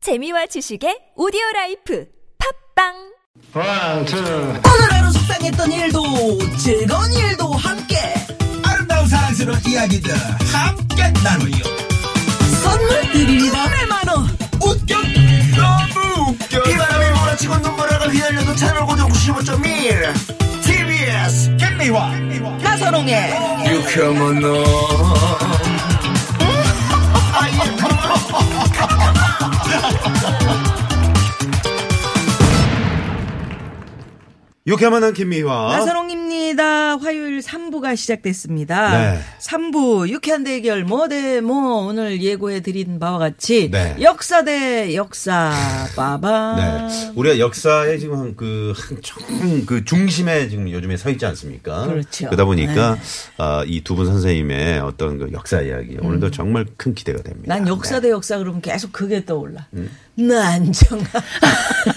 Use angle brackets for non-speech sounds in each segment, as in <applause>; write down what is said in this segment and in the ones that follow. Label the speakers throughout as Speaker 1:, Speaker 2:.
Speaker 1: 재미와 지식의 오디오 라이프 팝빵
Speaker 2: One, two.
Speaker 3: 오늘 하루 속상했던 일도 즐거운 일도 함께
Speaker 4: 아름다운 사랑스러운 이야기들 함께 나누요.
Speaker 3: 선물 드립니다 100만원
Speaker 4: 웃겨 너무 웃겨 이 바람이 몰아치고 눈물을 휘날려도 채널 고정 95.1 TBS 겟미와
Speaker 3: 나선홍의
Speaker 4: 유쾌한 너
Speaker 5: 유쾌만한 김미화.
Speaker 3: 나선홍입니다 화요일 3부가 시작됐습니다
Speaker 5: 네.
Speaker 3: 3부 유쾌한 대결 뭐대뭐 오늘 예고해 드린 바와 같이
Speaker 5: 네.
Speaker 3: 역사 대 역사 빠밤
Speaker 5: 네. 우리가 역사에 지금 한 그, 한참 그 중심에 지금 요즘에 서 있지 않습니까?
Speaker 3: 그렇죠.
Speaker 5: 러다 보니까, 아, 이 두 분 선생님의 어떤 그 역사 이야기, 오늘도 정말 큰 기대가
Speaker 3: 음.
Speaker 5: 됩니다. 네.
Speaker 3: 난 역사 대 역사 그러면 계속 그게 떠올라
Speaker 5: 음?
Speaker 3: 난정아
Speaker 5: 네.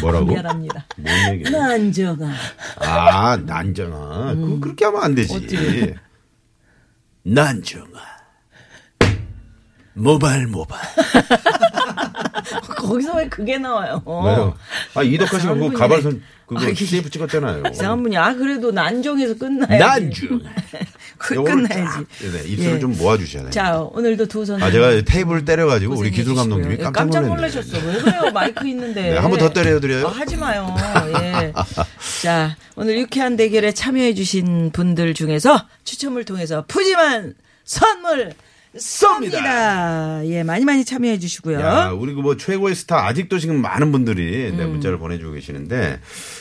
Speaker 5: 뭐라고?
Speaker 3: 미안합니다
Speaker 5: 뭔 얘기
Speaker 3: 난정아
Speaker 5: 아, 난정아. 그, 그렇게 하면 안 되지.
Speaker 3: 음. 어떻게.
Speaker 5: 난정아. 모발, 모발.
Speaker 3: 거기서 왜 그게 나와요
Speaker 5: 왜요? 아, 이덕화 씨가
Speaker 3: 이상한
Speaker 5: 그
Speaker 3: 분이네.
Speaker 5: 가발선 그거
Speaker 3: 아, 이게-
Speaker 5: CF 찍었잖아요.
Speaker 3: 이상한 분이 아 그래도 난정에서 끝나야지.
Speaker 5: 난정아.
Speaker 3: <laughs> 그,
Speaker 5: 요거를
Speaker 3: 끝나야지.
Speaker 5: 쫙, 네, 입술을
Speaker 3: 예.
Speaker 5: 좀 모아주셔야 돼요.
Speaker 3: 자 오늘도 두 선생.
Speaker 5: 아, 제가 테이블 때려가지고 우리 기술 감독님이 깜짝
Speaker 3: 예, 깜짝
Speaker 5: 놀랐네요.
Speaker 3: 놀라셨어. 왜 그래요? 마이크 있는데.
Speaker 5: 네, 한번더 때려드려요?
Speaker 3: 아, 하지 마요. 예. 자, 오늘 유쾌한 대결에 참여해주신 분들 중에서 추첨을 통해서 푸짐한 선물 쏩니다. 예, 많이 많이 참여해주시고요.
Speaker 5: 야, 우리 그 뭐 최고의 스타 아직도 지금 많은 분들이 네, 문자를 보내주고 계시는데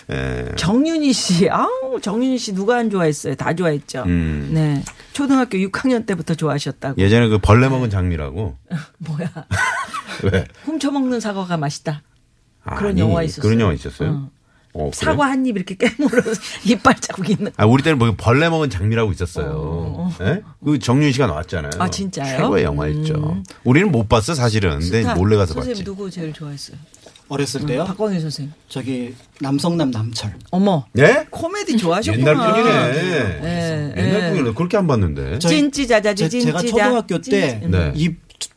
Speaker 5: 예. 에,
Speaker 3: 음. 정윤희 씨, 아우 정윤희 씨 누가 안 좋아했어요? 다 좋아했죠.
Speaker 5: 음.
Speaker 3: 네, 초등학교 6학년 때부터 좋아하셨다고.
Speaker 5: 예전에 그 벌레 먹은 장미라고
Speaker 3: 뭐야?
Speaker 5: <laughs> 왜?
Speaker 3: 훔쳐먹는 사과가 맛있다. 그런
Speaker 5: 아니,
Speaker 3: 영화 있었어요.
Speaker 5: 그런 영화 있었어요. 어, 그래요?
Speaker 3: 사과 한 입 이렇게 깨물어서 <laughs> 이빨 자국 있는.
Speaker 5: 아, 우리 때는 뭐 벌레 먹은 장미라고 있었어요. 예? 그 정윤 씨가 나왔잖아요.
Speaker 3: 아, 진짜요? 음.
Speaker 5: 최고의 영화였죠. 우리는 못 봤어 사실은. 근데
Speaker 3: 스타
Speaker 5: 네, 몰래 가서
Speaker 3: 선생님
Speaker 5: 봤지.
Speaker 3: 누구 제일 좋아했어요?
Speaker 6: 어렸을 때요?
Speaker 3: 박광일 선생님.
Speaker 6: 저기 남성남 남철.
Speaker 3: 어머.
Speaker 5: 예?
Speaker 3: 코미디 좋아하셨구나.
Speaker 5: 옛날 분이네.
Speaker 3: 예,
Speaker 5: 옛날
Speaker 3: 예.
Speaker 5: 분이네. 그렇게 안 봤는데.
Speaker 6: 저-
Speaker 3: 찐찌자자지
Speaker 6: 제, 가
Speaker 3: 찐찌자.
Speaker 6: 초등학교 때
Speaker 5: 찐- 네.
Speaker 6: 이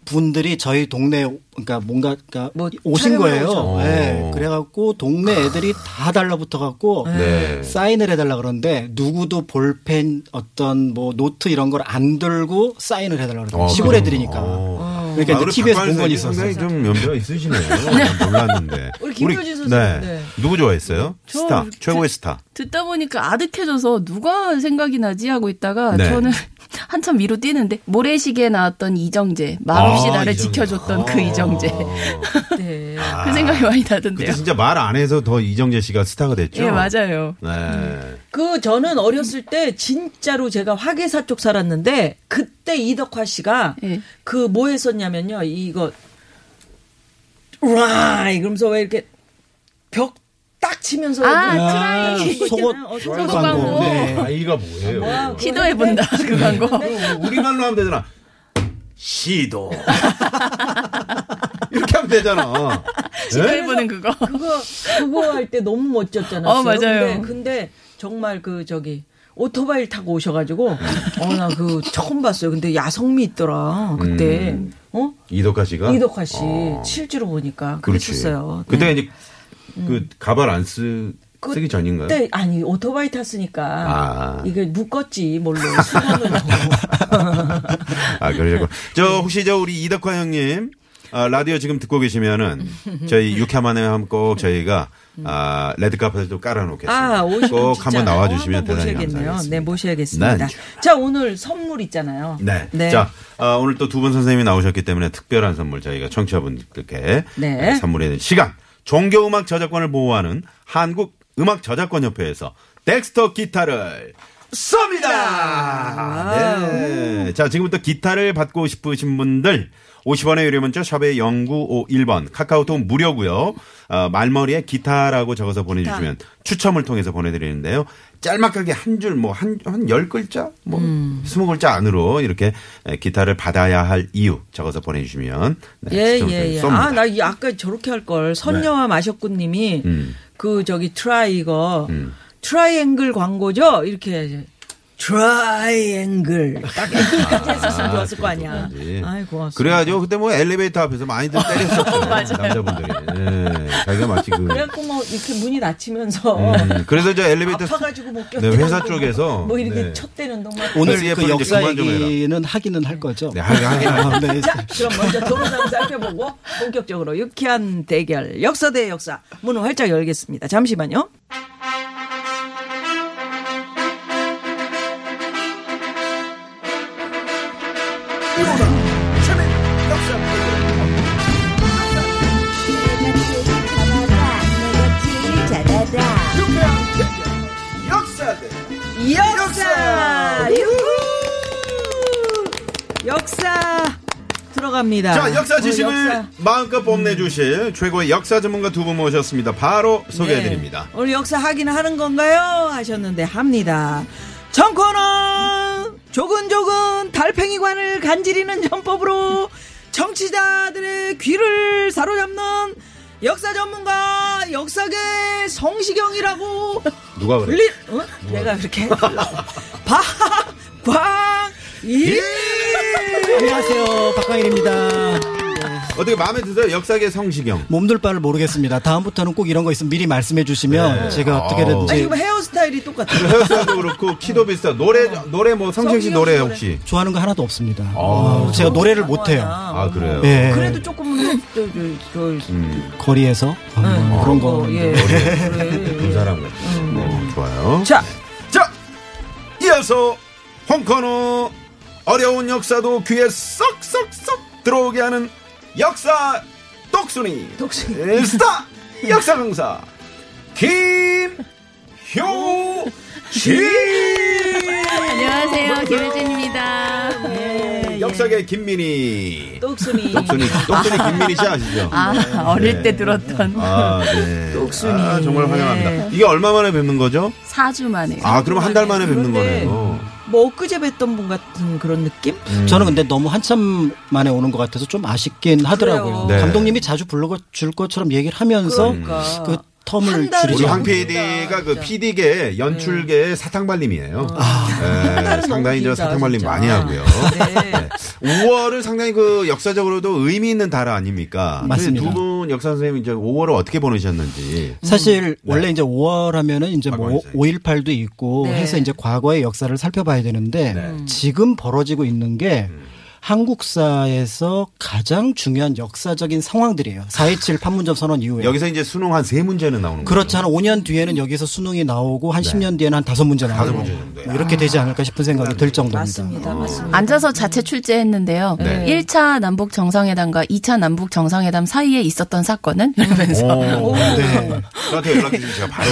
Speaker 6: 분들이 저희 동네 그러니까 뭔가 그러니까
Speaker 3: 뭐
Speaker 6: 오신
Speaker 3: 촬영을
Speaker 6: 거예요.
Speaker 5: 오죠.
Speaker 6: 예.
Speaker 5: 오.
Speaker 6: 그래갖고 동네
Speaker 5: 아.
Speaker 6: 애들이 다 달라붙어 갖고
Speaker 5: 네.
Speaker 6: 사인을 해달라 그러는데 누구도 볼펜 어떤 뭐 노트 이런 걸 안 들고 사인을 해달라 그러더라고요.
Speaker 5: 어,
Speaker 6: 시골
Speaker 5: 그래요?
Speaker 6: 애들이니까.
Speaker 5: 어.
Speaker 6: 그러니까
Speaker 5: 아,
Speaker 6: 이제
Speaker 5: 우리
Speaker 6: TV에서 본 건
Speaker 5: 박관수
Speaker 6: 있었어요.
Speaker 5: 선생님 좀 연배가
Speaker 6: <laughs>
Speaker 5: 있으시네요. 난 몰랐는데.
Speaker 3: <laughs> 우리 김효진 선생님, 네.
Speaker 5: 누구 좋아했어요?
Speaker 7: 저
Speaker 5: 스타.
Speaker 7: 그-
Speaker 5: 최고의 스타.
Speaker 7: 듣다 보니까 아득해져서 누가 생각이 나지 하고 있다가
Speaker 5: 네.
Speaker 7: 저는 <laughs> 한참 위로 뛰는데 모래시계 나왔던 이정재 말없이
Speaker 5: 아,
Speaker 7: 나를
Speaker 5: 이정재. 아.
Speaker 7: 지켜줬던 그 이정재
Speaker 3: 네.
Speaker 7: 그 생각이 많이 나던데요.
Speaker 5: 그때 진짜 말 안 해서 더 이정재 씨가 스타가 됐죠.
Speaker 7: 예 맞아요.
Speaker 5: 네.
Speaker 3: 그 저는 어렸을 때 진짜로 제가 화계사 쪽 살았는데 그때 이덕화 씨가
Speaker 7: 예.
Speaker 3: 그 뭐 했었냐면요. 이거 와 이러면서 왜 이렇게 벽 딱 치면서
Speaker 7: 아,
Speaker 3: 이렇게
Speaker 7: 트라이.
Speaker 3: 이렇게
Speaker 6: 속옷,
Speaker 3: 있잖아요. 어, 네.
Speaker 6: 속옷
Speaker 7: 광고.
Speaker 6: 광고. 네.
Speaker 5: 아이가 뭐예요?
Speaker 3: 와,
Speaker 7: 시도해본다 그 광고.
Speaker 5: <laughs>
Speaker 3: 네.
Speaker 5: 우리말로 하면 되잖아.
Speaker 3: <laughs>
Speaker 5: 시도. 이렇게 하면 되잖아. 네?
Speaker 7: 시도해보는 그거.
Speaker 3: 그거 그거 할 때 너무 멋졌잖아요.
Speaker 7: 어, 맞아요.
Speaker 3: 근데, 근데 정말 그 저기 오토바이 타고 오셔가지고 어 나 그 처음 봤어요. 근데 야성미 있더라 그때 어
Speaker 5: 이덕화 씨가?
Speaker 3: 이덕화 씨
Speaker 5: 어.
Speaker 3: 실제로 보니까
Speaker 5: 그렇지.
Speaker 3: 그랬었어요. 네. 음.
Speaker 5: 그때 이제 그 가발 안 쓰,
Speaker 3: 그-
Speaker 5: 쓰기 전인가요?
Speaker 3: 그때 아니 오토바이 탔으니까
Speaker 5: 아.
Speaker 3: 이게 묶었지 뭘로
Speaker 5: <laughs>
Speaker 3: 수건으로
Speaker 5: 아, 그러셨고. 저, 혹시 저 우리 이덕화 형님, 아, 라디오 지금 듣고 계시면은 저희 육회만에 하면 꼭 저희가 아, 레드카펫을 또 깔아놓겠습니다.
Speaker 3: 아 오시면
Speaker 5: 꼭
Speaker 3: 진짜
Speaker 5: 한번 나와주시면
Speaker 3: 한번
Speaker 5: 대단히
Speaker 3: 모셔야겠네요.
Speaker 5: 감사하겠습니다.
Speaker 3: 네 모셔야겠습니다.
Speaker 5: 난
Speaker 3: 자 오늘 선물 있잖아요.
Speaker 5: 네. 자, 아, 오늘 또 두 분 선생님이 나오셨기 때문에 특별한 선물 저희가 청취자분들께
Speaker 3: 네.
Speaker 5: 네, 선물해 드릴 시간. 종교음악 저작권을 보호하는 한국 음악 저작권 협회에서 덱스터 기타를 쏩니다. 네. 자, 지금부터 기타를 받고 싶으신 분들 50원의 유료 문자 샵의 0951번 카카오톡 무료고요. 어, 말머리에 기타라고 적어서 보내주시면 추첨을 통해서 보내드리는데요. 짤막하게 한 줄 뭐 한 한 열 글자 뭐
Speaker 3: 음.
Speaker 5: 스무 글자 안으로 이렇게 에, 기타를 받아야 할 이유 적어서 보내주시면 네,
Speaker 3: 예,
Speaker 5: 추첨을
Speaker 3: 예, 예.
Speaker 5: 통해서 쏩니다.
Speaker 3: 아, 나 이 아까 저렇게 할 걸. 선녀와 마셨군님이
Speaker 5: 음.
Speaker 3: 그 저기 트라이 이거
Speaker 5: 음.
Speaker 3: 트라이앵글 광고죠? 이렇게 해야지.
Speaker 5: <laughs>
Speaker 3: 트라이앵글 딱 여기까지 했었으면 좋았을 거 아니야.
Speaker 5: 그렇죠. 그렇게까지.
Speaker 3: 아이 고맙습니다.
Speaker 5: 그래가지고 그때 뭐 엘리베이터 앞에서 많이들
Speaker 3: <laughs>
Speaker 5: 때렸었어요. 남자분들이. 예, 자기가 마치 그.
Speaker 3: 그래갖고 뭐 이렇게 문이 닫히면서 <laughs>
Speaker 5: 음, 그래서 저 엘리베이터.
Speaker 3: 아파가지고 못
Speaker 5: 네,
Speaker 3: 견뎌.
Speaker 5: 회사 쪽에서.
Speaker 3: 뭐 이렇게
Speaker 5: 네.
Speaker 3: 쳤대는 동안.
Speaker 5: SF는
Speaker 6: 오늘
Speaker 5: 이제
Speaker 6: 그 역사
Speaker 5: 네, 그만 좀 해라.
Speaker 6: 얘기는 하기는 할 거죠.
Speaker 5: 네, 하긴 하긴
Speaker 6: 아, 네.
Speaker 3: 자, 그럼 먼저 도로상 살펴보고 본격적으로 유쾌한 대결 역사 대 역사 문을 활짝 열겠습니다. 잠시만요. 역사 유후! 역사 들어갑니다.
Speaker 5: 자, 역사
Speaker 3: 오늘
Speaker 5: 지식을
Speaker 3: 아, 뭐 역사.
Speaker 5: 마음껏 뽐내주실 최고의 역사 전문가 두 분 모셨습니다. 바로 소개해드립니다.
Speaker 3: 네. 오늘 역사 하기는 하는 건가요? 하셨는데 합니다. 정코너 조근조근 달팽이관을 간지리는 전법으로 정치자들의 귀를 사로잡는 역사 전문가 역사계 성시경이라고
Speaker 5: 누가 그래?
Speaker 3: 불리 어? 내가 그렇게 박광일
Speaker 6: 예. 안녕하세요. 박광일입니다.
Speaker 5: 어떻게 마음에 드세요? 역사계 성시경.
Speaker 6: 몸둘 바를 모르겠습니다. 다음부터는 꼭 이런 거 있으면 미리 말씀해 주시면
Speaker 5: 네.
Speaker 6: 제가
Speaker 3: 아니
Speaker 6: 어떻게든지
Speaker 3: 이거 헤어스타일이 똑같아.
Speaker 5: 헤어스타일도 그렇고 키도 비싸. 노래 노래 뭐 성시경 씨
Speaker 3: 성시경
Speaker 5: 노래
Speaker 3: 씨 노래.
Speaker 5: 혹시?
Speaker 6: 좋아하는 거 하나도 없습니다.
Speaker 5: 아,
Speaker 6: 어, 제가 노래를 못 해요.
Speaker 3: 하나.
Speaker 5: 아 그래요.
Speaker 6: 예.
Speaker 3: 그래도 조금은 저, 저, 저,
Speaker 5: 음,
Speaker 6: 거리에서 어, 뭐 그런 거. 네.
Speaker 3: 예.
Speaker 5: 두 사람 같아.
Speaker 3: 음.
Speaker 5: 네, 좋아요.
Speaker 3: <laughs> 자,
Speaker 5: 자, 이어서 홍커너 어려운 역사도 귀에 쏙쏙쏙 들어오게 하는 역사 똑순이 예,
Speaker 3: 독신.
Speaker 5: 스타 역사 강사 김효진
Speaker 7: <laughs>
Speaker 5: 아,
Speaker 7: 안녕하세요. 김혜진입니다.
Speaker 5: 네. 역사계 김민희
Speaker 3: 똑순이.
Speaker 5: <laughs> 똑순이 똑순이 김민희 씨 아시죠?
Speaker 7: 아, 어릴 때 들었던
Speaker 5: 네. 아, 네.
Speaker 3: 똑순이.
Speaker 5: 아, 정말
Speaker 3: 네.
Speaker 5: 환영합니다. 이게 얼마 만에 뵙는 거죠?
Speaker 7: 4주 만에.
Speaker 5: 아, 그럼 한 달 만에 뵙는
Speaker 3: 그런데
Speaker 5: 거네요.
Speaker 3: 뭐 엊그제 뵀던 분 같은 그런 느낌?
Speaker 6: 음. 저는 근데 너무 한참 만에 오는 것 같아서 좀 아쉽긴 하더라고요.
Speaker 5: 네.
Speaker 6: 감독님이 자주 불러 줄 것처럼 얘기를 하면서
Speaker 3: 그러니까.
Speaker 6: 그
Speaker 3: 한 음.
Speaker 6: 텀을
Speaker 3: 달을
Speaker 5: 우리
Speaker 6: 줄이지
Speaker 5: 황
Speaker 6: 않고
Speaker 5: PD가 그
Speaker 6: 그렇죠.
Speaker 5: PD계
Speaker 6: 음.
Speaker 5: 연출계의 사탕발림이에요.
Speaker 6: 어. <laughs>
Speaker 5: 예,
Speaker 3: 달은
Speaker 5: 상당히
Speaker 3: 너무 길다,
Speaker 5: 저 사탕발림
Speaker 3: 진짜.
Speaker 5: 많이 하고요.
Speaker 3: 네.
Speaker 5: 5월을 상당히 그 역사적으로도 의미 있는 달 아닙니까?
Speaker 6: 맞습니다.
Speaker 5: 두 분 역사 선생님 이제 5월을 어떻게 보내셨는지.
Speaker 6: 사실 원래 이제 5월 하면은 이제 뭐
Speaker 5: 네. 과거이죠.
Speaker 6: 5.18도 있고
Speaker 3: 네. 음.
Speaker 6: 해서 이제 과거의 역사를 살펴봐야 되는데
Speaker 5: 네.
Speaker 6: 지금 벌어지고 있는 게
Speaker 5: 음.
Speaker 6: 한국사에서 가장 중요한 역사적인 상황들이에요. 4.27 판문점 선언 이후에.
Speaker 5: 여기서 이제 수능 한 세 문제는 나오는 거죠.
Speaker 6: 그렇지 않아 5년 뒤에는 여기서 수능이 나오고 한 10년 뒤에는 한 다섯 문제 나오고
Speaker 5: 네. 다섯 네. 문제 정도예요.
Speaker 6: 뭐 이렇게 되지 않을까 싶은 생각이 들 정도입니다.
Speaker 3: 맞습니다. 맞습니다.
Speaker 7: 앉아서 자체 출제했는데요.
Speaker 5: 네.
Speaker 7: 1차 남북 정상회담과 2차 남북 정상회담 사이에 있었던 사건은
Speaker 6: 그렇죠.
Speaker 7: 이러면서
Speaker 5: 오, 네. 저한테 연락 주시면 제가 바로.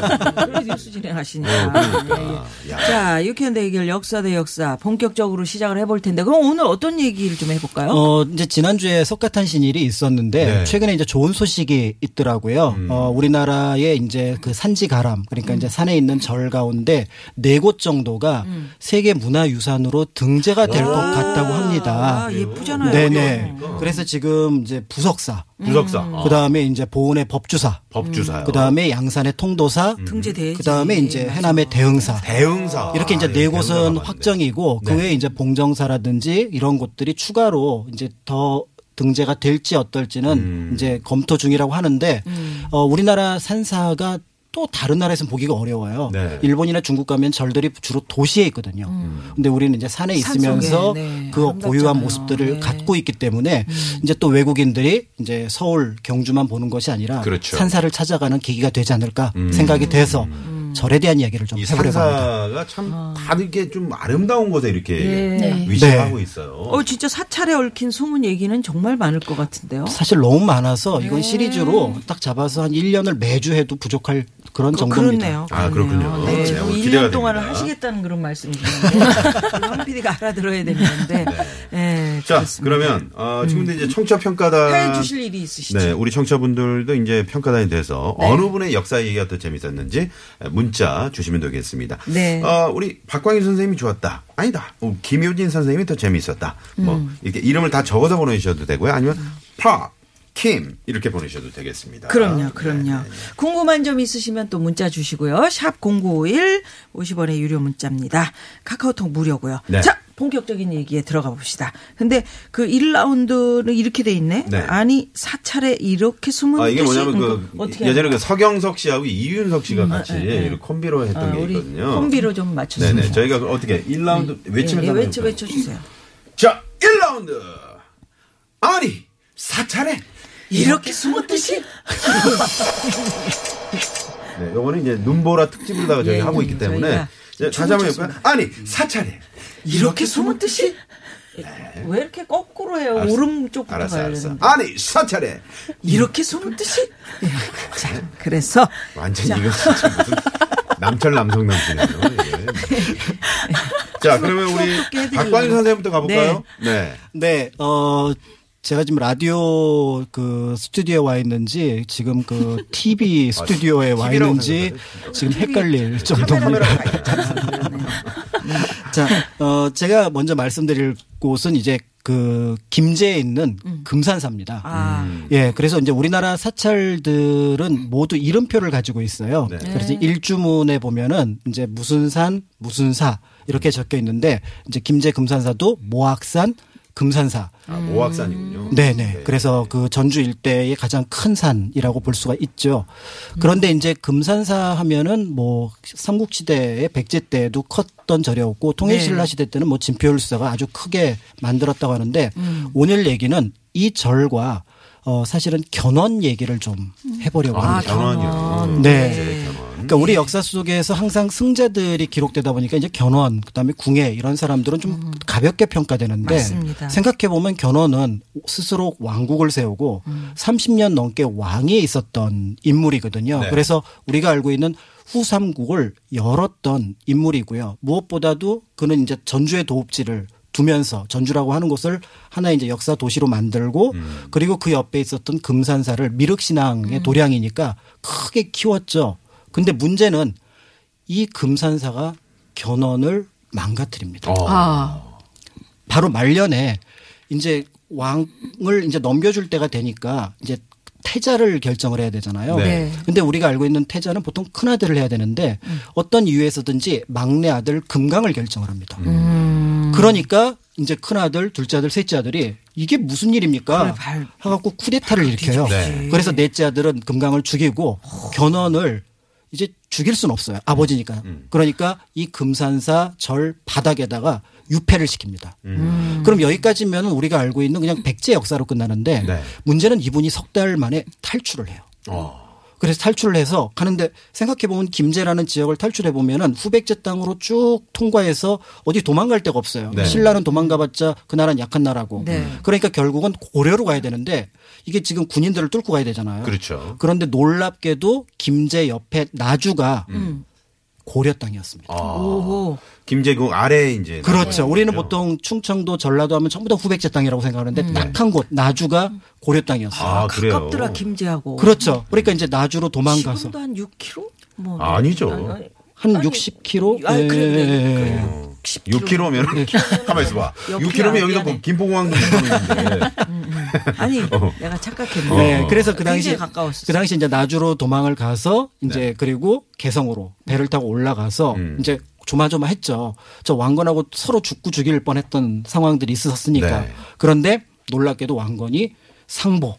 Speaker 3: 그런 뉴스 진행하시니까.
Speaker 6: 아, 네,
Speaker 5: 그러니까.
Speaker 6: 예.
Speaker 5: 야.
Speaker 3: 자, 유쾌한 대결 역사 대 역사 본격적으로 시작을 해볼 텐데 그럼 오늘 어떤 얘기를 좀 해볼까요?
Speaker 6: 어, 이제 지난주에 석가탄신 일이 있었는데
Speaker 5: 네. 음.
Speaker 6: 최근에 이제 좋은 소식이 있더라고요. 어, 우리나라의 이제 그 산지 가람 그러니까 이제 산에 있는 절 가운데 네 곳 정도가
Speaker 3: 음.
Speaker 6: 세계 문화유산으로 등재가 될 것 같다고 합니다.
Speaker 3: 아, 예쁘잖아요. 어. 음.
Speaker 6: 네네. 그래서 지금 이제 부석사,
Speaker 5: 부석사. 아,
Speaker 6: 그 다음에 이제 보은의 법주사,
Speaker 5: 법주사요.
Speaker 6: 그 다음에 양산의 통도사,
Speaker 3: 등재돼야지.
Speaker 6: 그 다음에 이제 해남의 대흥사.
Speaker 5: 대응사.
Speaker 6: 이렇게 이제
Speaker 5: 아,
Speaker 6: 네
Speaker 5: 예, 대응사가
Speaker 6: 곳은
Speaker 5: 많은데. 네.
Speaker 6: 확정이고 그 외에 이제 봉정사라든지 이런 곳들이 추가로 이제 더 등재가 될지 어떨지는
Speaker 5: 음.
Speaker 6: 이제 검토 중이라고 하는데
Speaker 3: 음.
Speaker 6: 어, 우리나라 산사가 또 다른 나라에서는 보기가 어려워요.
Speaker 5: 네.
Speaker 6: 일본이나 중국 가면 절들이 주로 도시에 있거든요. 근데 우리는 이제 산에 있으면서
Speaker 3: 음. 산속에, 네.
Speaker 6: 그 고유한
Speaker 3: 아름답잖아요.
Speaker 6: 모습들을
Speaker 3: 네. 음.
Speaker 6: 갖고 있기 때문에 이제 또 외국인들이 이제 서울, 경주만 보는 것이 아니라
Speaker 5: 그렇죠. 음.
Speaker 6: 산사를 찾아가는 계기가 되지 않을까 생각이 돼서
Speaker 3: 음.
Speaker 6: 절에 대한 이야기를 아. 좀
Speaker 5: 이
Speaker 6: 해보려고 합니다.
Speaker 5: 산사가 참 다들 이렇게 좀 아름다운 곳에 이렇게
Speaker 7: 네.
Speaker 5: 위치하고
Speaker 6: 네.
Speaker 5: 있어요.
Speaker 3: 어, 진짜 사찰에 얽힌 소문 얘기는 정말 많을 것 같은데요.
Speaker 6: 사실 너무 많아서
Speaker 3: 네.
Speaker 6: 이건 시리즈로 딱 잡아서 한 1년을 매주 해도 부족할 그런 정도입니다.
Speaker 3: 어, 그렇네요.
Speaker 5: 아, 그렇군요.
Speaker 3: 네,
Speaker 5: 네,
Speaker 3: 지금
Speaker 5: 오늘
Speaker 3: 1년
Speaker 5: 기대가
Speaker 3: 동안을
Speaker 5: 됩니다.
Speaker 3: 하시겠다는 그런 말씀이시는데 황 PD가 알아들어야 되는
Speaker 5: <laughs>
Speaker 3: 건데. 네,
Speaker 5: 자,
Speaker 3: 그렇습니다. 음.
Speaker 5: 그러면 어, 지금 이제 청취자 평가단
Speaker 3: 해 주실 일이 있으시죠? 네.
Speaker 5: 네, 우리 청취자분들도 이제 평가단이 돼서 어느 분의 역사 얘기가 더 재밌었는지 문자 주시면 되겠습니다.
Speaker 3: 네.
Speaker 5: 어, 우리 박광일 선생님이 좋았다. 아니다. 어,
Speaker 3: 음.
Speaker 5: 김효진 선생님이 더 재밌었다. 뭐 이렇게 이름을 다 적어서 보내주셔도 되고요. 아니면 파, 킴 이렇게 보내셔도 되겠습니다.
Speaker 3: 그럼요, 그럼요. 궁금한 점 있으시면 또 문자 주시고요. 샵 0951, 50원의 유료 문자입니다. 카카오톡 무료고요.
Speaker 5: 네.
Speaker 3: 자, 본격적인 얘기에 들어가 봅시다. 근데 그 1라운드는 이렇게 돼 있네.
Speaker 5: 네.
Speaker 3: 아니, 사찰에 이렇게 숨은
Speaker 5: 아 이게
Speaker 3: 뜻이
Speaker 5: 뭐냐면
Speaker 3: 있는 거
Speaker 5: 그
Speaker 3: 어떻게 음,
Speaker 5: 예전에 그 서경석 씨하고 이윤석 씨가 같이 이렇게 콤비로 했던
Speaker 3: 알아요?
Speaker 5: 게
Speaker 3: 아, 우리
Speaker 5: 있거든요.
Speaker 3: 콤비로 좀 맞춰주세요.
Speaker 5: 네네. 저희가 그 어떻게 1라운드 외치면서
Speaker 3: 예,
Speaker 5: 한번
Speaker 3: 외쳐
Speaker 5: 해볼까요?
Speaker 3: 외쳐
Speaker 5: <laughs>
Speaker 3: 주세요.
Speaker 5: 자, 1라운드. 아니, 사찰에.
Speaker 3: 이렇게 숨은 뜻이
Speaker 5: 네, 요거는 이제 눈보라 특집으로다가 저희
Speaker 3: 예,
Speaker 5: 가 하고
Speaker 3: 음,
Speaker 5: 있기 때문에
Speaker 3: 저희가
Speaker 5: 이제 다시 한번 해볼까요? 아니, 사찰에.
Speaker 3: 이렇게 숨은 뜻이 네. 왜 이렇게 거꾸로 해요?
Speaker 5: 알았어.
Speaker 3: 오른쪽부터
Speaker 5: 알았어,
Speaker 3: 가야
Speaker 5: 알았어.
Speaker 3: 되는데.
Speaker 5: 아니, 사찰에.
Speaker 3: 이렇게 숨은
Speaker 5: <laughs>
Speaker 3: 뜻이 예. 자, 그래서
Speaker 5: 완전 이거 진짜 무슨 남철 남성 남친이에요. 예. 자, 그러면 우리
Speaker 3: 수업 듣게 해드리려고.
Speaker 5: 박광희 선생님부터 가볼까요? 네.
Speaker 6: 네, 어, 제가 지금 라디오 그 스튜디오에 와 있는지
Speaker 3: <laughs>
Speaker 6: 지금 그 TV
Speaker 3: 아,
Speaker 6: 스튜디오에 와
Speaker 5: TV라고
Speaker 6: 있는지 지금 헷갈릴 정도입니다.
Speaker 3: 카메라가 있잖아요. 네.
Speaker 6: <laughs> 자, 어, 제가 먼저 말씀드릴 곳은 이제 그 김제에 있는 금산사입니다.
Speaker 3: 아,
Speaker 6: 예, 그래서 이제 우리나라 사찰들은 모두 이름표를 가지고 있어요.
Speaker 5: 네.
Speaker 6: 그래서 일주문에 보면은 이제 무슨 산, 무슨 사 이렇게 적혀 있는데 이제 김제 금산사도 모악산, 금산사.
Speaker 5: 아,
Speaker 3: 음.
Speaker 5: 모악산이군요.
Speaker 6: 네네. 그래서 그 전주 일대의 가장 큰 산이라고 볼 수가 있죠. 그런데 이제 금산사 하면은 뭐 삼국시대의 백제 때에도 컸던 절이었고
Speaker 3: 네.
Speaker 6: 통일신라 시대 때는 뭐 진표율사가 아주 크게 만들었다고 하는데
Speaker 3: 음.
Speaker 6: 오늘 얘기는 이 절과 어 사실은 견훤 얘기를 좀
Speaker 3: 음.
Speaker 6: 해보려고
Speaker 5: 아,
Speaker 6: 합니다.
Speaker 5: 경원이요.
Speaker 6: 네.
Speaker 3: 예.
Speaker 5: 경원.
Speaker 6: 그러니까 우리 역사 속에서 항상 승자들이 기록되다 보니까 이제 견훤, 그다음에 궁예 이런 사람들은 좀 가볍게 평가되는데
Speaker 3: 음. 맞습니다.
Speaker 6: 생각해 보면 견훤은 스스로 왕국을 세우고 30년 넘게 왕위에 있었던 인물이거든요.
Speaker 5: 네.
Speaker 6: 그래서 우리가 알고 있는 후삼국을 열었던 인물이고요. 무엇보다도 그는 이제 전주의 도읍지를 두면서 전주라고 하는 곳을 하나의 이제 역사 도시로 만들고 그리고 그 옆에 있었던 금산사를 미륵신앙의 도량이니까 크게 키웠죠. 근데 문제는 이 금산사가 견훤을 망가뜨립니다.
Speaker 5: 어.
Speaker 7: 아,
Speaker 6: 바로 말년에 이제 왕을 이제 넘겨줄 때가 되니까 이제 태자를 결정을 해야 되잖아요.
Speaker 5: 네.
Speaker 6: 근데 우리가 알고 있는 태자는 보통 큰 아들을 해야 되는데 어떤 이유에서든지 막내 아들 금강을 결정을 합니다. 그러니까 이제 큰 아들, 둘째 아들, 셋째 아들이 이게 무슨 일입니까?
Speaker 3: 발-
Speaker 6: 하갖고 쿠데타를 일으켜요.
Speaker 5: 네.
Speaker 6: 아, 그래서 넷째 아들은 금강을 죽이고 견훤을 이제 죽일 순 없어요. 아버지니까. 그러니까 이 금산사 절 바닥에다가 유폐를 시킵니다. 그럼 여기까지면 우리가 알고 있는 그냥 백제 역사로 끝나는데
Speaker 5: 네.
Speaker 6: 문제는 이분이 석 달 만에 탈출을 해요.
Speaker 5: 어.
Speaker 6: 그래서 탈출을 해서 가는데 생각해보면 김제라는 지역을 탈출해보면은 후백제 땅으로 쭉 통과해서 어디 도망갈 데가 없어요.
Speaker 5: 네.
Speaker 6: 신라는 도망가봤자 그 나라는 약한 나라고.
Speaker 3: 네.
Speaker 6: 그러니까 결국은 고려로 가야 되는데 이게 지금 군인들을 뚫고 가야 되잖아요.
Speaker 5: 그렇죠.
Speaker 6: 런데 놀랍게도 김제 옆에 나주가
Speaker 5: 음.
Speaker 3: 음.
Speaker 6: 고려 땅이었습니다.
Speaker 3: 오호.
Speaker 5: 아. 김제국 아래에 이제.
Speaker 6: 그렇죠.
Speaker 5: 나와요.
Speaker 6: 우리는 보통 충청도, 전라도 하면 전부 다 후백제 땅이라고 생각하는데
Speaker 3: 음.
Speaker 6: 딱한 곳 나주가 고려 땅이었어요.
Speaker 5: 아, 그래요.
Speaker 3: 가깝더라 김제하고.
Speaker 6: 그렇죠. 그러니까 이제 나주로 도망가서
Speaker 3: 지금도 한 6km? 뭐
Speaker 5: 아니죠.
Speaker 6: 한
Speaker 3: 아니,
Speaker 6: 60km.
Speaker 3: 아, 그래, 그래.
Speaker 6: 예, 예, 예.
Speaker 5: 6km면 가만 있어봐.
Speaker 3: 옆이
Speaker 5: 6km면 여기서
Speaker 3: 아니야.
Speaker 5: 김포공항 가는데
Speaker 3: 아니
Speaker 5: 어.
Speaker 3: 내가 착각했네.
Speaker 6: 네, 그래서 그 당시
Speaker 3: 굉장히 가까웠어요.
Speaker 6: 그 당시 이제 나주로 도망을 가서 이제 그리고 개성으로 배를 타고 올라가서
Speaker 5: 네. 음.
Speaker 6: 이제 조마조마했죠. 저 왕건하고 서로 죽고 죽일 뻔했던 상황들이 있었으니까.
Speaker 5: 네.
Speaker 6: 그런데 놀랍게도 왕건이 상보,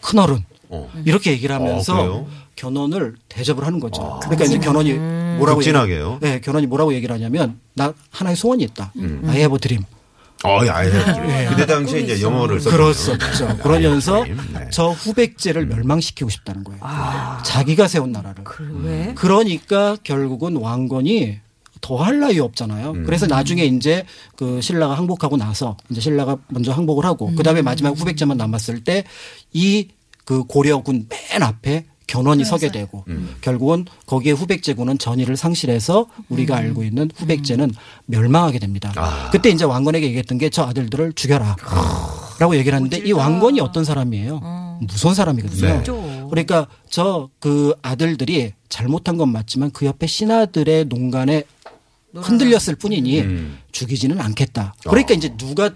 Speaker 6: 큰어른
Speaker 5: 어.
Speaker 6: 이렇게 얘기를
Speaker 5: 어,
Speaker 6: 하면서
Speaker 5: 그래요? 아.
Speaker 6: 견훤을 대접을 하는 거죠. 그러니까 이제 견훤이
Speaker 3: 음.
Speaker 6: 뭐라고
Speaker 5: 극진하게요?
Speaker 6: 얘기- 네, 견훤이 뭐라고 얘기를 하냐면 나 하나의 소원이 있다.
Speaker 5: 음.
Speaker 6: I have a dream.
Speaker 5: 어, 야,
Speaker 6: 네,
Speaker 5: 예. 그때 당시에 이제 영어를 썼죠.
Speaker 6: 그렇죠. 그러면서
Speaker 5: 네.
Speaker 6: 저 후백제를 멸망시키고 싶다는 거예요. 자기가 세운 나라를.
Speaker 3: 왜?
Speaker 6: 그러니까 결국은 왕건이 더 할 나위 없잖아요. 그래서 나중에 이제 그 신라가 항복하고 나서 이제 신라가 먼저 항복을 하고 그다음에 마지막 후백제만 남았을 때 이 그 고려군 맨 앞에 견훤이 서게 되고 결국은 거기에 후백제군은 전의를 상실해서 우리가 알고 있는 후백제는 멸망하게 됩니다. 그때 이제 왕건에게 얘기했던 게 저 아. 아들들을 죽여라. 라고 얘기를 하는데 이 왕건이 어떤 사람이에요? 무서운
Speaker 5: 네.
Speaker 6: 사람이거든요.
Speaker 3: 무섭죠.
Speaker 6: 그러니까 저 그 아들들이 잘못한 건 맞지만 그 옆에 신하들의 농간에
Speaker 5: 음.
Speaker 6: 흔들렸을
Speaker 5: 어.
Speaker 6: 뿐이니 죽이지는 않겠다. 그러니까 이제 누가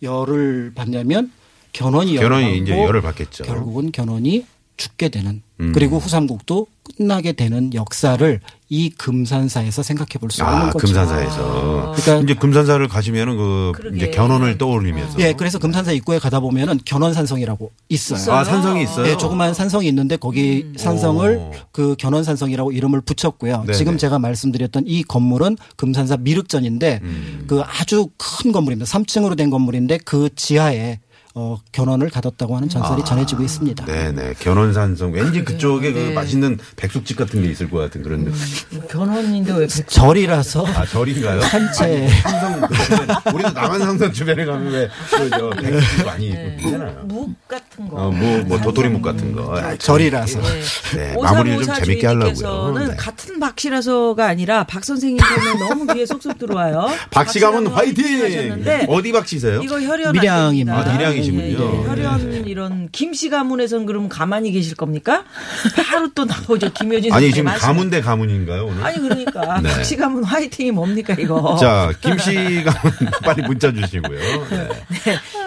Speaker 6: 열을 받냐면 견훤이
Speaker 5: 결혼이 이제
Speaker 6: 열어가고
Speaker 5: 열을 받겠죠. 음.
Speaker 6: 결국은 견훤이 죽게 되는 그리고 후삼국도 끝나게 되는 역사를 이 금산사에서 생각해 볼 수 있는
Speaker 5: 아,
Speaker 6: 거죠.
Speaker 5: 금산사에서.
Speaker 6: 그러니까-
Speaker 5: 이제 금산사를 가시면은 그 이제 견훤을 떠올리면서.
Speaker 6: 예, 그래서 금산사 입구에 가다 보면은 견훤산성이라고 있어요.
Speaker 5: 아, 산성이 있어요. 음.
Speaker 6: 예, 조그만 산성이 있는데 거기 산성을
Speaker 5: 오.
Speaker 6: 그 견원산성이라고 이름을 붙였고요.
Speaker 5: 네네.
Speaker 6: 지금 제가 말씀드렸던 이 건물은 금산사 미륵전인데
Speaker 5: 음.
Speaker 6: 그 아주 큰 건물입니다. 3층으로 된 건물인데 그 지하에 어, 견원을 가뒀다고 하는 전설이 전해지고 있습니다.
Speaker 5: 아. 네네. 견원산성. 왠지 그쪽에
Speaker 6: 네.
Speaker 5: 그 맛있는 백숙집 같은 게 있을 것 같은 그런 느낌.
Speaker 3: 음. 변호인데 왜 백-
Speaker 6: 절이라서
Speaker 5: 아, 절인가요?
Speaker 6: 음. 산채.
Speaker 5: 삼성, 주변, 우리도 남한 삼성 주변에 가면 왜, 그, 저, 백숙집 많이
Speaker 6: 네.
Speaker 5: 있잖아요.
Speaker 3: 묵 같은 거.
Speaker 5: 어, 뭐, 뭐, 도토리묵 같은 거. 아,
Speaker 6: 절이라서.
Speaker 5: 네, 마무리를 좀 재밌게 하려고요.
Speaker 3: 는
Speaker 5: 네.
Speaker 3: 같은 박씨라서가 아니라 박 선생님 때문에 너무 귀에 쏙쏙 들어와요.
Speaker 5: <laughs> 박씨 가면
Speaker 3: 박씨
Speaker 5: 화이팅!
Speaker 3: 하셨는데
Speaker 5: 어디 박씨세요?
Speaker 3: 이거 혈연 예,
Speaker 6: 밀양입니다.
Speaker 5: 아, 밀양이시군요.
Speaker 3: 혈연 이런 김씨 가문에선 그럼 가만히 계실 겁니까? 바로 또 나오죠 김효진
Speaker 5: 아니,
Speaker 3: 선생님
Speaker 5: 지금
Speaker 3: 말씀.
Speaker 5: 가문 대 가문인가요, 오늘?
Speaker 3: 아니 그러니까
Speaker 5: 네.
Speaker 3: 박씨 가문 화이팅이 뭡니까 이거?
Speaker 5: 자, 김씨가 빨리 문자 <laughs> 주시고요. 네.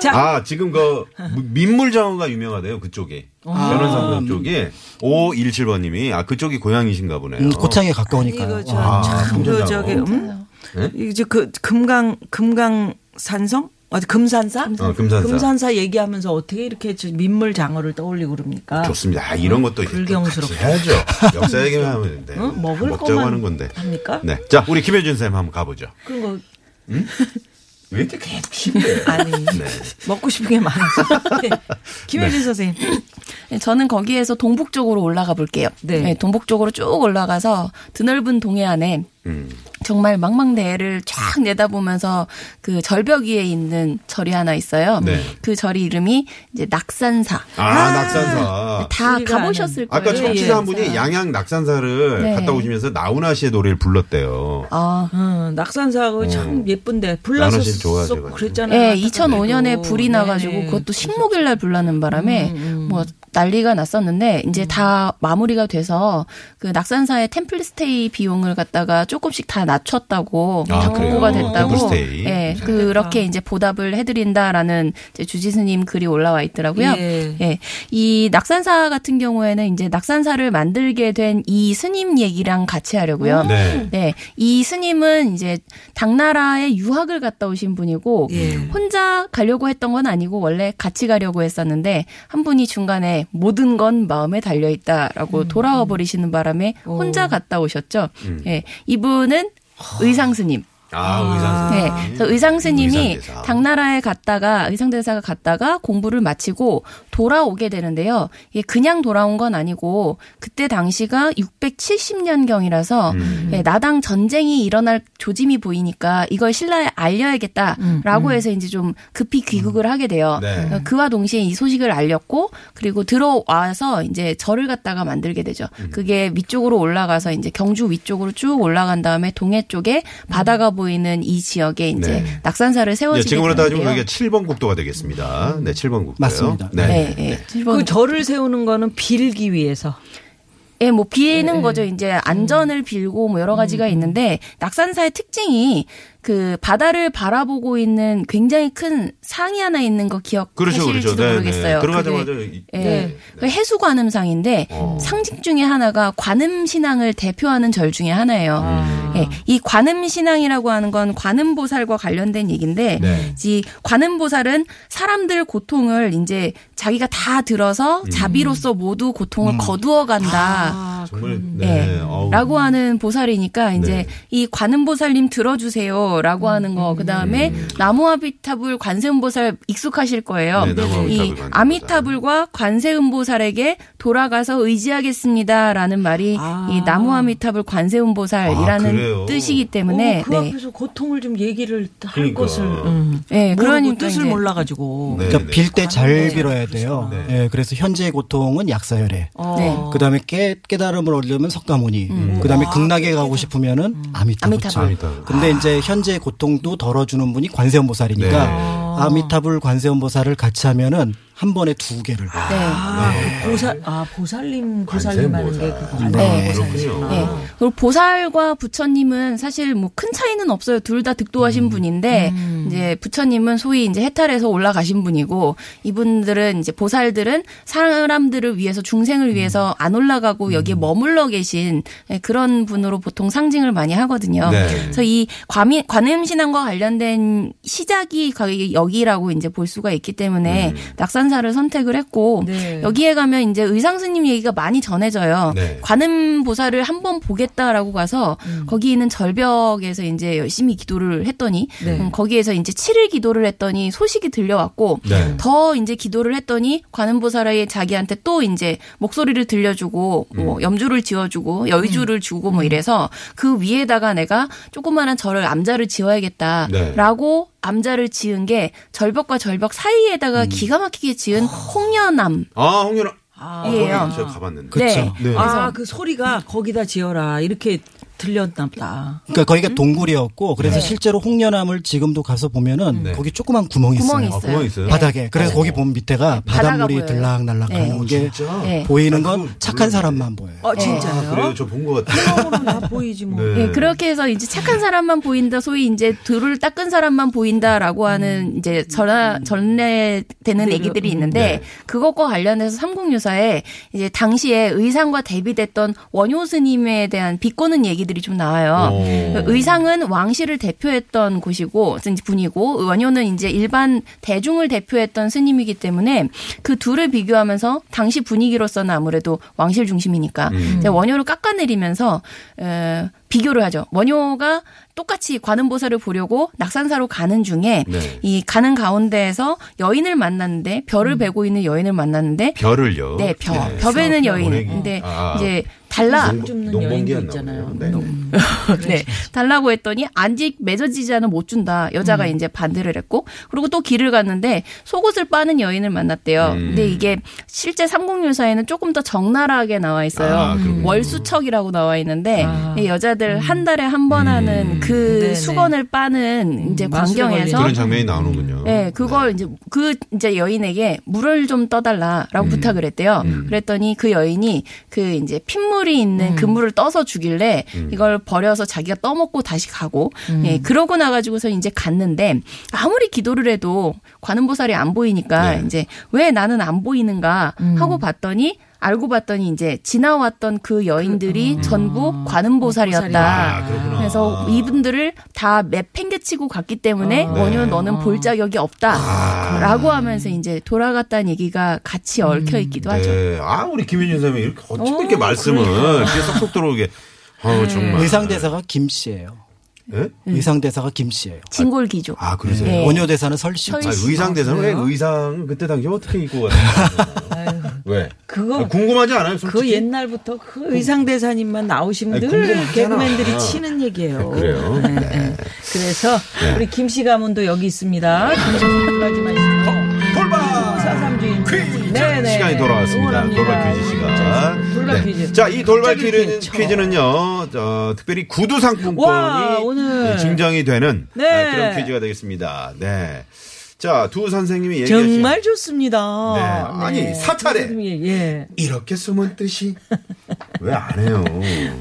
Speaker 3: 자,
Speaker 5: 아, 지금 그 민물장어가 유명하대요, 그쪽에. 변원산동 쪽에. 517번님이, 아, 그쪽이 고향이신가 보네요.
Speaker 6: 음, 고창에
Speaker 3: 이거
Speaker 6: 가까우니까요. 어.
Speaker 3: 저
Speaker 5: 어. 아, 네?
Speaker 3: 참, 저,
Speaker 5: 금산하고.
Speaker 3: 저기, 음? 이제 그, 금강, 금강산성? 아, 금산사?
Speaker 5: 어, 금산사.
Speaker 3: 얘기하면서 어떻게 이렇게 저 민물 장어를 떠올리고 그럽니까?
Speaker 5: 좋습니다. 아, 이런 것도 이렇게 또 같이
Speaker 3: 불경스럽게.
Speaker 5: 해야죠. <laughs> 역사 얘기만 하면 되는데.
Speaker 3: 어? 먹을
Speaker 5: 먹자고
Speaker 3: 것만
Speaker 5: 하는 건데.
Speaker 3: 합니까?
Speaker 5: 네. 자, 우리 김혜준 쌤 한번 가보죠.
Speaker 3: 그런 거
Speaker 5: 왜 이렇게 갭신데?
Speaker 3: 아니
Speaker 5: 네.
Speaker 3: 먹고 싶은 게
Speaker 5: <laughs>
Speaker 3: 많아서. 네. 김혜진 선생님.
Speaker 7: 네, 저는 거기에서 동북 쪽으로 올라가 볼게요.
Speaker 3: 네.
Speaker 7: 동북 쪽으로 쭉 올라가서 드넓은 동해안에 정말 망망대해를 쫙 내다보면서 그 절벽 위에 있는 절이 하나 있어요.
Speaker 5: 네.
Speaker 7: 그 절이 이름이 이제 낙산사.
Speaker 5: 아, 낙산사.
Speaker 7: 다
Speaker 3: 우리가
Speaker 7: 가보셨을 거예요.
Speaker 5: 아까 청취자 한 분이
Speaker 7: 예.
Speaker 5: 양양 낙산사를
Speaker 7: 네.
Speaker 5: 갔다 오시면서 나훈아 씨의 노래를 불렀대요.
Speaker 7: 아,
Speaker 3: 음, 낙산사하고 참 예쁜데 불나서
Speaker 5: 어. 나는 씨 좋아하셔가지고.
Speaker 3: 그랬잖아요.
Speaker 7: 예, 2005년에 불이
Speaker 3: 네.
Speaker 7: 나가지고 그것도 식목일 날 불나는 바람에 뭐 난리가 났었는데 이제 다 마무리가 돼서 그 낙산사의 템플스테이 비용을 갖다가 조금씩 다 낮췄다고
Speaker 5: 아,
Speaker 7: 다
Speaker 5: 그래요?
Speaker 7: 공고가 됐다고
Speaker 5: 템플스테이. 음,
Speaker 7: 예, 그렇게 이제 보답을 해드린다라는 이제 주지스님 글이 올라와 있더라고요.
Speaker 3: 예.
Speaker 7: 예. 이 낙산사 같은 경우에는 이제 낙산사를 만들게 된 이 스님 얘기랑 같이 하려고요.
Speaker 5: 네.
Speaker 7: 네. 이 스님은 이제 당나라에 유학을 갔다 오신 분이고
Speaker 3: 예.
Speaker 7: 혼자 가려고 했던 건 아니고 원래 같이 가려고 했었는데 한 분이 중간에 모든 건 마음에 달려 있다라고 돌아와 버리시는 바람에 혼자 갔다 오셨죠.
Speaker 5: 음.
Speaker 7: 예. 이분은 의상 스님.
Speaker 5: 아, 의상사.
Speaker 7: 네. 그래서 의상 스님이
Speaker 5: 의상대사.
Speaker 7: 당나라에 갔다가 의상 대사가 갔다가 공부를 마치고 돌아오게 되는데요. 이게 그냥 돌아온 건 아니고 그때 당시가 670년 경이라서
Speaker 5: 음.
Speaker 7: 예, 나당 전쟁이 일어날 조짐이 보이니까 이걸 신라에 알려야겠다라고 해서 이제 좀 급히 귀국을 하게 돼요.
Speaker 5: 음,
Speaker 7: 그러니까
Speaker 5: 네.
Speaker 7: 그와 동시에 이 소식을 알렸고 그리고 들어와서 이제 절을 갖다가 만들게 되죠.
Speaker 5: 음.
Speaker 7: 그게 위쪽으로 올라가서 이제 경주 위쪽으로 쭉 올라간 다음에 동해 쪽에 바다가 보이는 이 지역에 이제
Speaker 5: 네.
Speaker 7: 낙산사를
Speaker 5: 네,
Speaker 7: 세워지게
Speaker 5: 지금으로 따지면
Speaker 7: 되는데요.
Speaker 5: 여기가 7번 국도가 되겠습니다. 네, 7번 국도.
Speaker 6: 맞습니다.
Speaker 7: 네, 예.
Speaker 3: 그 절을 세우는 거는 빌기 위해서.
Speaker 7: 예, 뭐 비는 거죠. 이제
Speaker 5: 음.
Speaker 7: 안전을 빌고 뭐 여러 가지가 있는데 낙산사의 특징이 그 바다를 바라보고 있는 굉장히 큰 상이 하나 있는 거
Speaker 5: 그렇죠,
Speaker 7: 기억하실지도
Speaker 5: 그렇죠. 네,
Speaker 7: 모르겠어요.
Speaker 5: 네. 들어가자마자.
Speaker 7: 그게-
Speaker 5: 이-
Speaker 7: 예.
Speaker 5: 네. 어.
Speaker 7: 그 해수 관음상인데 상징 중에 하나가 관음 신앙을 대표하는 절 중에 하나예요. 예. 이 관음 신앙이라고 하는 건 관음 보살과 관련된 얘기인데
Speaker 5: 네.
Speaker 7: 이 관음 보살은 사람들 고통을 이제 자기가 다 들어서
Speaker 5: 음.
Speaker 7: 자비로서 모두 고통을 거두어 간다.
Speaker 5: 정말,
Speaker 7: 예.
Speaker 5: 네. 어우.
Speaker 7: 라고 하는 보살이니까 이제
Speaker 5: 네. 음.
Speaker 7: 이 관음보살님 들어주세요라고 하는 거 그다음에 나무아비타불 관세음보살 익숙하실 거예요.
Speaker 5: 네, 나무아비타불
Speaker 7: 이
Speaker 5: 관세음보살.
Speaker 7: 아미타불과 관세음보살에게 돌아가서 의지하겠습니다라는 말이
Speaker 3: 아.
Speaker 7: 이 나무아미타불
Speaker 5: 아,
Speaker 7: 관세음보살이라는
Speaker 5: 그래요?
Speaker 7: 뜻이기 때문에
Speaker 3: 어, 그 앞에서 고통을 좀 얘기를 할
Speaker 5: 그러니까.
Speaker 3: 것을 음.
Speaker 7: 네,
Speaker 3: 모르고
Speaker 7: 그러니까
Speaker 3: 뜻을
Speaker 7: 이제-
Speaker 3: 몰라가지고.
Speaker 5: 네.
Speaker 6: 그러니까 빌 때 잘 빌어야 돼요. 예, 그래서 현재의 고통은 약사혈에.
Speaker 3: 어.
Speaker 7: 네.
Speaker 6: 그다음에 깨, 깨달음을 얻으려면 석가모니. 그다음에
Speaker 5: 아,
Speaker 6: 극락에 가고 싶으면은
Speaker 5: 음.
Speaker 6: 아미타불.
Speaker 7: 아미타불.
Speaker 5: 아미타불.
Speaker 6: 근데 이제 현재 고통도 덜어주는 분이 관세음보살이니까
Speaker 5: 네.
Speaker 6: 아미타불 관세음보살을 같이 하면은 한 번에 두 개를.
Speaker 7: 네.
Speaker 3: 아, 그 보살, 아, 보살님, 보살님 하는 게
Speaker 5: 관세음보살.
Speaker 3: 그거
Speaker 6: 네.
Speaker 3: 아니에요?
Speaker 5: 그렇군요.
Speaker 7: 예. 그리고 보살과 부처님은 사실 뭐 큰 차이는 없어요. 둘 다 득도하신
Speaker 3: 음.
Speaker 7: 분인데 이제 부처님은 소위 이제 해탈해서 올라가신 분이고 이분들은 이제 보살들은 사람들을 위해서 중생을
Speaker 3: 음.
Speaker 7: 위해서 안 올라가고 여기에 머물러 계신 예, 그런 분으로 보통 상징을 많이 하거든요.
Speaker 5: 네.
Speaker 7: 그래서 이 과미, 관음신앙과 관련된 시작이 거의 여기라고 이제 볼 수가 있기 때문에 낙산사를 선택을 했고
Speaker 3: 음. 네.
Speaker 7: 여기에 가면 이제 의상 스님 얘기가 많이 전해져요.
Speaker 5: 네. 음.
Speaker 7: 관음 보살을 한번 보겠다라고 가서 거기 있는 절벽에서 이제 열심히 기도를 했더니
Speaker 3: 네.
Speaker 7: 음, 거기에서 이제 7일 기도를 했더니 소식이 들려왔고
Speaker 5: 네.
Speaker 7: 더 이제 기도를 했더니 관음 보살이 자기한테 또 이제 목소리를 들려주고
Speaker 5: 음.
Speaker 7: 뭐 염주를 지어주고 여의주를 주고 뭐 이래서 그 위에다가 내가 조그마한 절을 암자를
Speaker 5: 네. 음.
Speaker 7: 지어야겠다라고 암자를 지은 게 절벽과 절벽 사이에다가 기가 막히게
Speaker 5: 어.
Speaker 7: 지은 홍련암
Speaker 5: 아, 홍윤아. 아, 거기
Speaker 7: 예요.
Speaker 5: 제가 가봤는데.
Speaker 6: 그쵸.
Speaker 7: 네.
Speaker 5: 네.
Speaker 3: 아, 그 소리가 거기다 지어라. 이렇게 들렸나 보다.
Speaker 6: 그러니까 거기가
Speaker 7: 음?
Speaker 6: 동굴이었고 그래서
Speaker 7: 네.
Speaker 6: 실제로 홍련암을 지금도 가서 보면은
Speaker 5: 네.
Speaker 6: 거기 조그만 구멍이 있어요.
Speaker 7: 구멍이 네.
Speaker 5: 아, 구멍 있어요?
Speaker 6: 바닥에. 그래서 거기 보면 밑에가
Speaker 7: 바다가
Speaker 6: 바닷물이
Speaker 7: 보여요.
Speaker 6: 들락날락
Speaker 7: 네.
Speaker 6: 하는 게
Speaker 5: 진짜?
Speaker 7: 네. 어.
Speaker 6: 보이는
Speaker 5: 아,
Speaker 6: 건
Speaker 5: 그건
Speaker 6: 착한
Speaker 5: 몰랐는데.
Speaker 6: 사람만 보여요.
Speaker 3: 아,
Speaker 5: 아, 그래요?
Speaker 3: 진짜요?
Speaker 5: 저 본 것 같아요.
Speaker 3: 구멍으로 다 보이지 뭐.
Speaker 5: 네.
Speaker 7: 예,
Speaker 6: 음.
Speaker 7: 그렇게 해서 이제 착한 사람만 보인다, 소위 이제 돌을 닦은 사람만 보인다라고
Speaker 6: 음.
Speaker 7: 하는 이제 전화,
Speaker 6: 그,
Speaker 7: 전래되는 얘기들이 있는데,
Speaker 5: 네.
Speaker 7: 그것과 관련해서 삼국유사에 이제 당시에 의상과 대비됐던 원효 스님에 대한 비꼬는 얘기들이 좀 나와요.
Speaker 6: 어.
Speaker 5: 오.
Speaker 7: 어, 그 의상은 왕실을 대표했던 곳이고 이제 분이고 원효는 이제 일반 대중을 대표했던 스님이기 때문에 그 둘을 비교하면서 당시 분위기로서는 아무래도 왕실 중심이니까
Speaker 5: 음.
Speaker 7: 이제 원효를 깎아내리면서 에, 비교를 하죠. 원효가 똑같이 관음보살을 보려고 낙산사로 가는 중에
Speaker 5: 네.
Speaker 7: 이 가는 가운데에서 여인을 만났는데 별을
Speaker 5: 음.
Speaker 7: 베고 있는 여인을 만났는데
Speaker 5: 별을요.
Speaker 7: 네, 벼.
Speaker 5: 어,
Speaker 7: 벼베는 여인. 근데
Speaker 5: 예, 아,
Speaker 7: 이제 달라
Speaker 5: 농-
Speaker 3: 줍는
Speaker 5: 농번기였나
Speaker 3: 여인도
Speaker 5: 보네요.
Speaker 3: 있잖아요.
Speaker 5: 네.
Speaker 7: 네. 달라고 했더니 안직 맺어지지 않으면 못 준다. 여자가
Speaker 3: 음.
Speaker 7: 이제 반대를 했고 그리고 또 길을 갔는데 속옷을 빠는 여인을 만났대요.
Speaker 5: 음.
Speaker 7: 근데 이게 실제 삼국유사에는 조금 더 적나라하게 나와 있어요. 음.
Speaker 5: 아, 그렇군요.
Speaker 7: 월수척이라고 나와 있는데
Speaker 3: 아. 음.
Speaker 7: 이 여자들 한 달에 한 번 하는 그
Speaker 3: 네네.
Speaker 7: 수건을 빠는 이제
Speaker 3: 음, 마술에
Speaker 7: 광경에서
Speaker 5: 그런 장면이 나오는군요.
Speaker 7: 네, 그걸 이제 그 이제 여인에게 물을 좀 떠달라라고
Speaker 5: 음.
Speaker 7: 부탁을 했대요. 그랬더니 그 여인이 그 이제 핏물이 있는 그 물을 떠서 주길래
Speaker 5: 음.
Speaker 7: 이걸 버려서 자기가 떠먹고 다시 가고 예, 그러고 나가지고서 이제 갔는데 아무리 기도를 해도 관음보살이 안 보이니까
Speaker 5: 네.
Speaker 7: 이제 왜 나는 안 보이는가 하고 봤더니 알고 봤더니 이제 지나왔던 그 여인들이 전부 관음보살이었다.
Speaker 5: 아, 그렇구나.
Speaker 7: 그래서 이분들을 다 맵팽개치고 갔기 때문에
Speaker 5: 네. 아.
Speaker 7: 원효 너는 볼 자격이 없다라고 하면서 이제 돌아갔다는 얘기가 같이 얽혀 있기도 하죠.
Speaker 5: 음. 네. 아, 우리 김윤준 선생님 이렇게 어떻게 이렇게 말씀을
Speaker 7: 그러니까.
Speaker 5: 이렇게 쏙쏙 들어오게. 아우,
Speaker 7: 네.
Speaker 5: 정말.
Speaker 6: 의상 대사가 김 씨예요.
Speaker 5: 예?
Speaker 7: 음.
Speaker 6: 의상 대사가 김 씨예요.
Speaker 7: 진골기조.
Speaker 5: 아, 그러세요?
Speaker 7: 네.
Speaker 6: 원효 대사는 설 씨.
Speaker 7: 설
Speaker 5: 아,
Speaker 7: 씨.
Speaker 5: 의상 대사는 왜 의상 그때 당시 어떻게 입고
Speaker 7: <laughs>
Speaker 5: 갔어요? 왜?
Speaker 3: 그거-
Speaker 5: 궁금하지 않아요?
Speaker 3: 그
Speaker 5: 솔직히?
Speaker 3: 옛날부터 그 의상 대사님만 나오시면
Speaker 5: 아니,
Speaker 3: 늘
Speaker 5: 궁금하잖아. 아,
Speaker 3: 개그맨들이 치는 얘기예요.
Speaker 5: 그래요? 네.
Speaker 3: 네. 그래서 우리 김씨 가문도 여기 있습니다. 김씨 놀라지 마시고. 사삼주인.
Speaker 5: 퀴즈
Speaker 3: 네네.
Speaker 5: 시간이 돌아왔습니다.
Speaker 3: 응원합니다.
Speaker 5: 돌발 퀴즈 시간.
Speaker 3: 돌발
Speaker 5: 네.
Speaker 3: 퀴즈.
Speaker 5: 자, 이 돌발
Speaker 3: 갑자기
Speaker 5: 퀴즈,
Speaker 3: 퀴즈.
Speaker 5: 퀴즈는요, 어, 특별히 구두 상품권이
Speaker 3: 와, 오늘.
Speaker 5: 네, 증정이 되는
Speaker 3: 네.
Speaker 5: 아, 그런 퀴즈가 되겠습니다. 네. 자, 두 선생님이 얘기하신
Speaker 3: 정말 좋습니다.
Speaker 5: 네. 아니, 사찰에
Speaker 3: 예.
Speaker 5: 이렇게 숨은
Speaker 3: <laughs>
Speaker 5: 뜻이 왜 안 해요?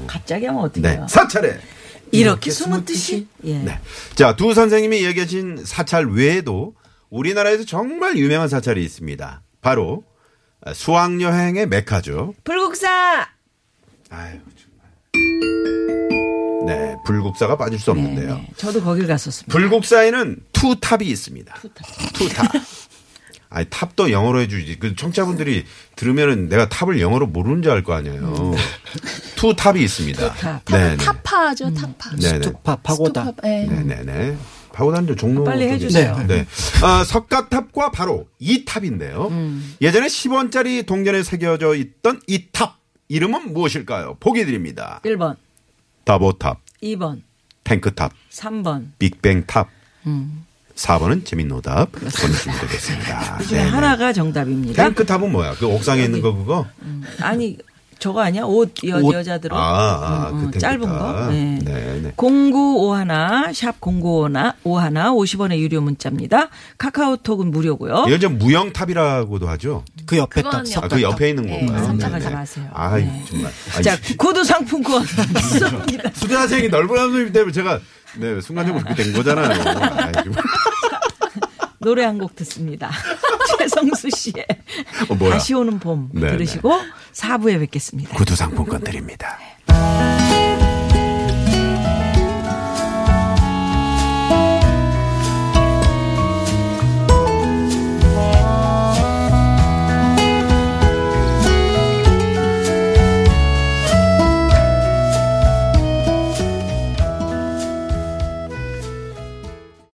Speaker 3: 갑자기 하면
Speaker 5: 네.
Speaker 3: 어떡해요.
Speaker 5: 사찰에
Speaker 3: 이렇게 숨은 뜻이. 예.
Speaker 5: 네. 자, 두 선생님이 얘기하신 사찰 외에도 우리나라에서 정말 유명한 사찰이 있습니다. 바로 수학여행의 메카죠.
Speaker 3: 불국사.
Speaker 5: 아유, 정말. 네, 불국사가 빠질 수 없는데요.
Speaker 3: 네. 저도 거길 갔었습니다.
Speaker 5: 불국사에는 투탑이 있습니다. 투탑. 아니 탑도 영어로 해주지. 그 청자분들이 들으면은 내가 탑을 영어로 모르는 줄 알 거
Speaker 3: 음.
Speaker 5: 아니에요. 투탑이 있습니다.
Speaker 7: 탑, 타파죠, 타파.
Speaker 5: 네, 네네.
Speaker 6: 스투파 파고다.
Speaker 7: 스톱팝, 예.
Speaker 5: 네네네. 파고다니죠 종로.
Speaker 3: 빨리
Speaker 5: 쪽에
Speaker 3: 해주세요.
Speaker 5: 있어요. 네. 아, 석가탑과 바로 이 탑인데요.
Speaker 3: 음.
Speaker 5: 예전에 10원짜리 동전에 새겨져 있던 이 탑. 이름은 무엇일까요? 보기 드립니다.
Speaker 3: 1번,
Speaker 5: 다보탑,
Speaker 3: 2번,
Speaker 5: 탱크탑,
Speaker 3: 3번.
Speaker 5: 빅뱅탑.
Speaker 3: 음.
Speaker 5: 4번은 재밌는 오답 보내주시면
Speaker 3: <laughs>
Speaker 5: 되겠습니다.
Speaker 3: 중에
Speaker 5: 네네.
Speaker 3: 하나가 정답입니다.
Speaker 5: 탱크탑은 뭐야? 그 옥상에 있는 거 그거?
Speaker 3: 아니 저거 아니야? 옷 여,
Speaker 5: 옷.
Speaker 3: 여자들은
Speaker 5: 아, 아,
Speaker 3: 음, 음,
Speaker 5: 그때,
Speaker 3: 짧은
Speaker 5: 그때.
Speaker 3: 거. 네.
Speaker 5: 네, 네.
Speaker 3: 0951, 샵 0951, 50원의 유료 문자입니다. 카카오톡은 무료고요.
Speaker 5: 이건 좀 무영탑이라고도 하죠.
Speaker 6: 그 옆에 딱
Speaker 7: 그거는요.
Speaker 5: 아,
Speaker 6: 섞어.
Speaker 5: 그 옆에 있는
Speaker 7: 네,
Speaker 5: 건가요?
Speaker 7: 선착하지
Speaker 5: 네네.
Speaker 7: 마세요.
Speaker 5: 아이,
Speaker 3: <laughs>
Speaker 5: 정말. 아이,
Speaker 3: 자, 구두 상품권 <laughs> 있습니다.
Speaker 5: 수대학생이 넓은 한숨이 때문에 제가 네, 순간적으로 그렇게
Speaker 3: <laughs>
Speaker 5: 된 거잖아요. 아이, 좀.
Speaker 3: 노래 한 곡 듣습니다. <laughs> 최성수 씨의
Speaker 5: 어, 뭐야?
Speaker 3: 다시 오는 봄
Speaker 5: 네,
Speaker 3: 들으시고 4부에 뵙겠습니다.
Speaker 5: 구두 상품권 드립니다.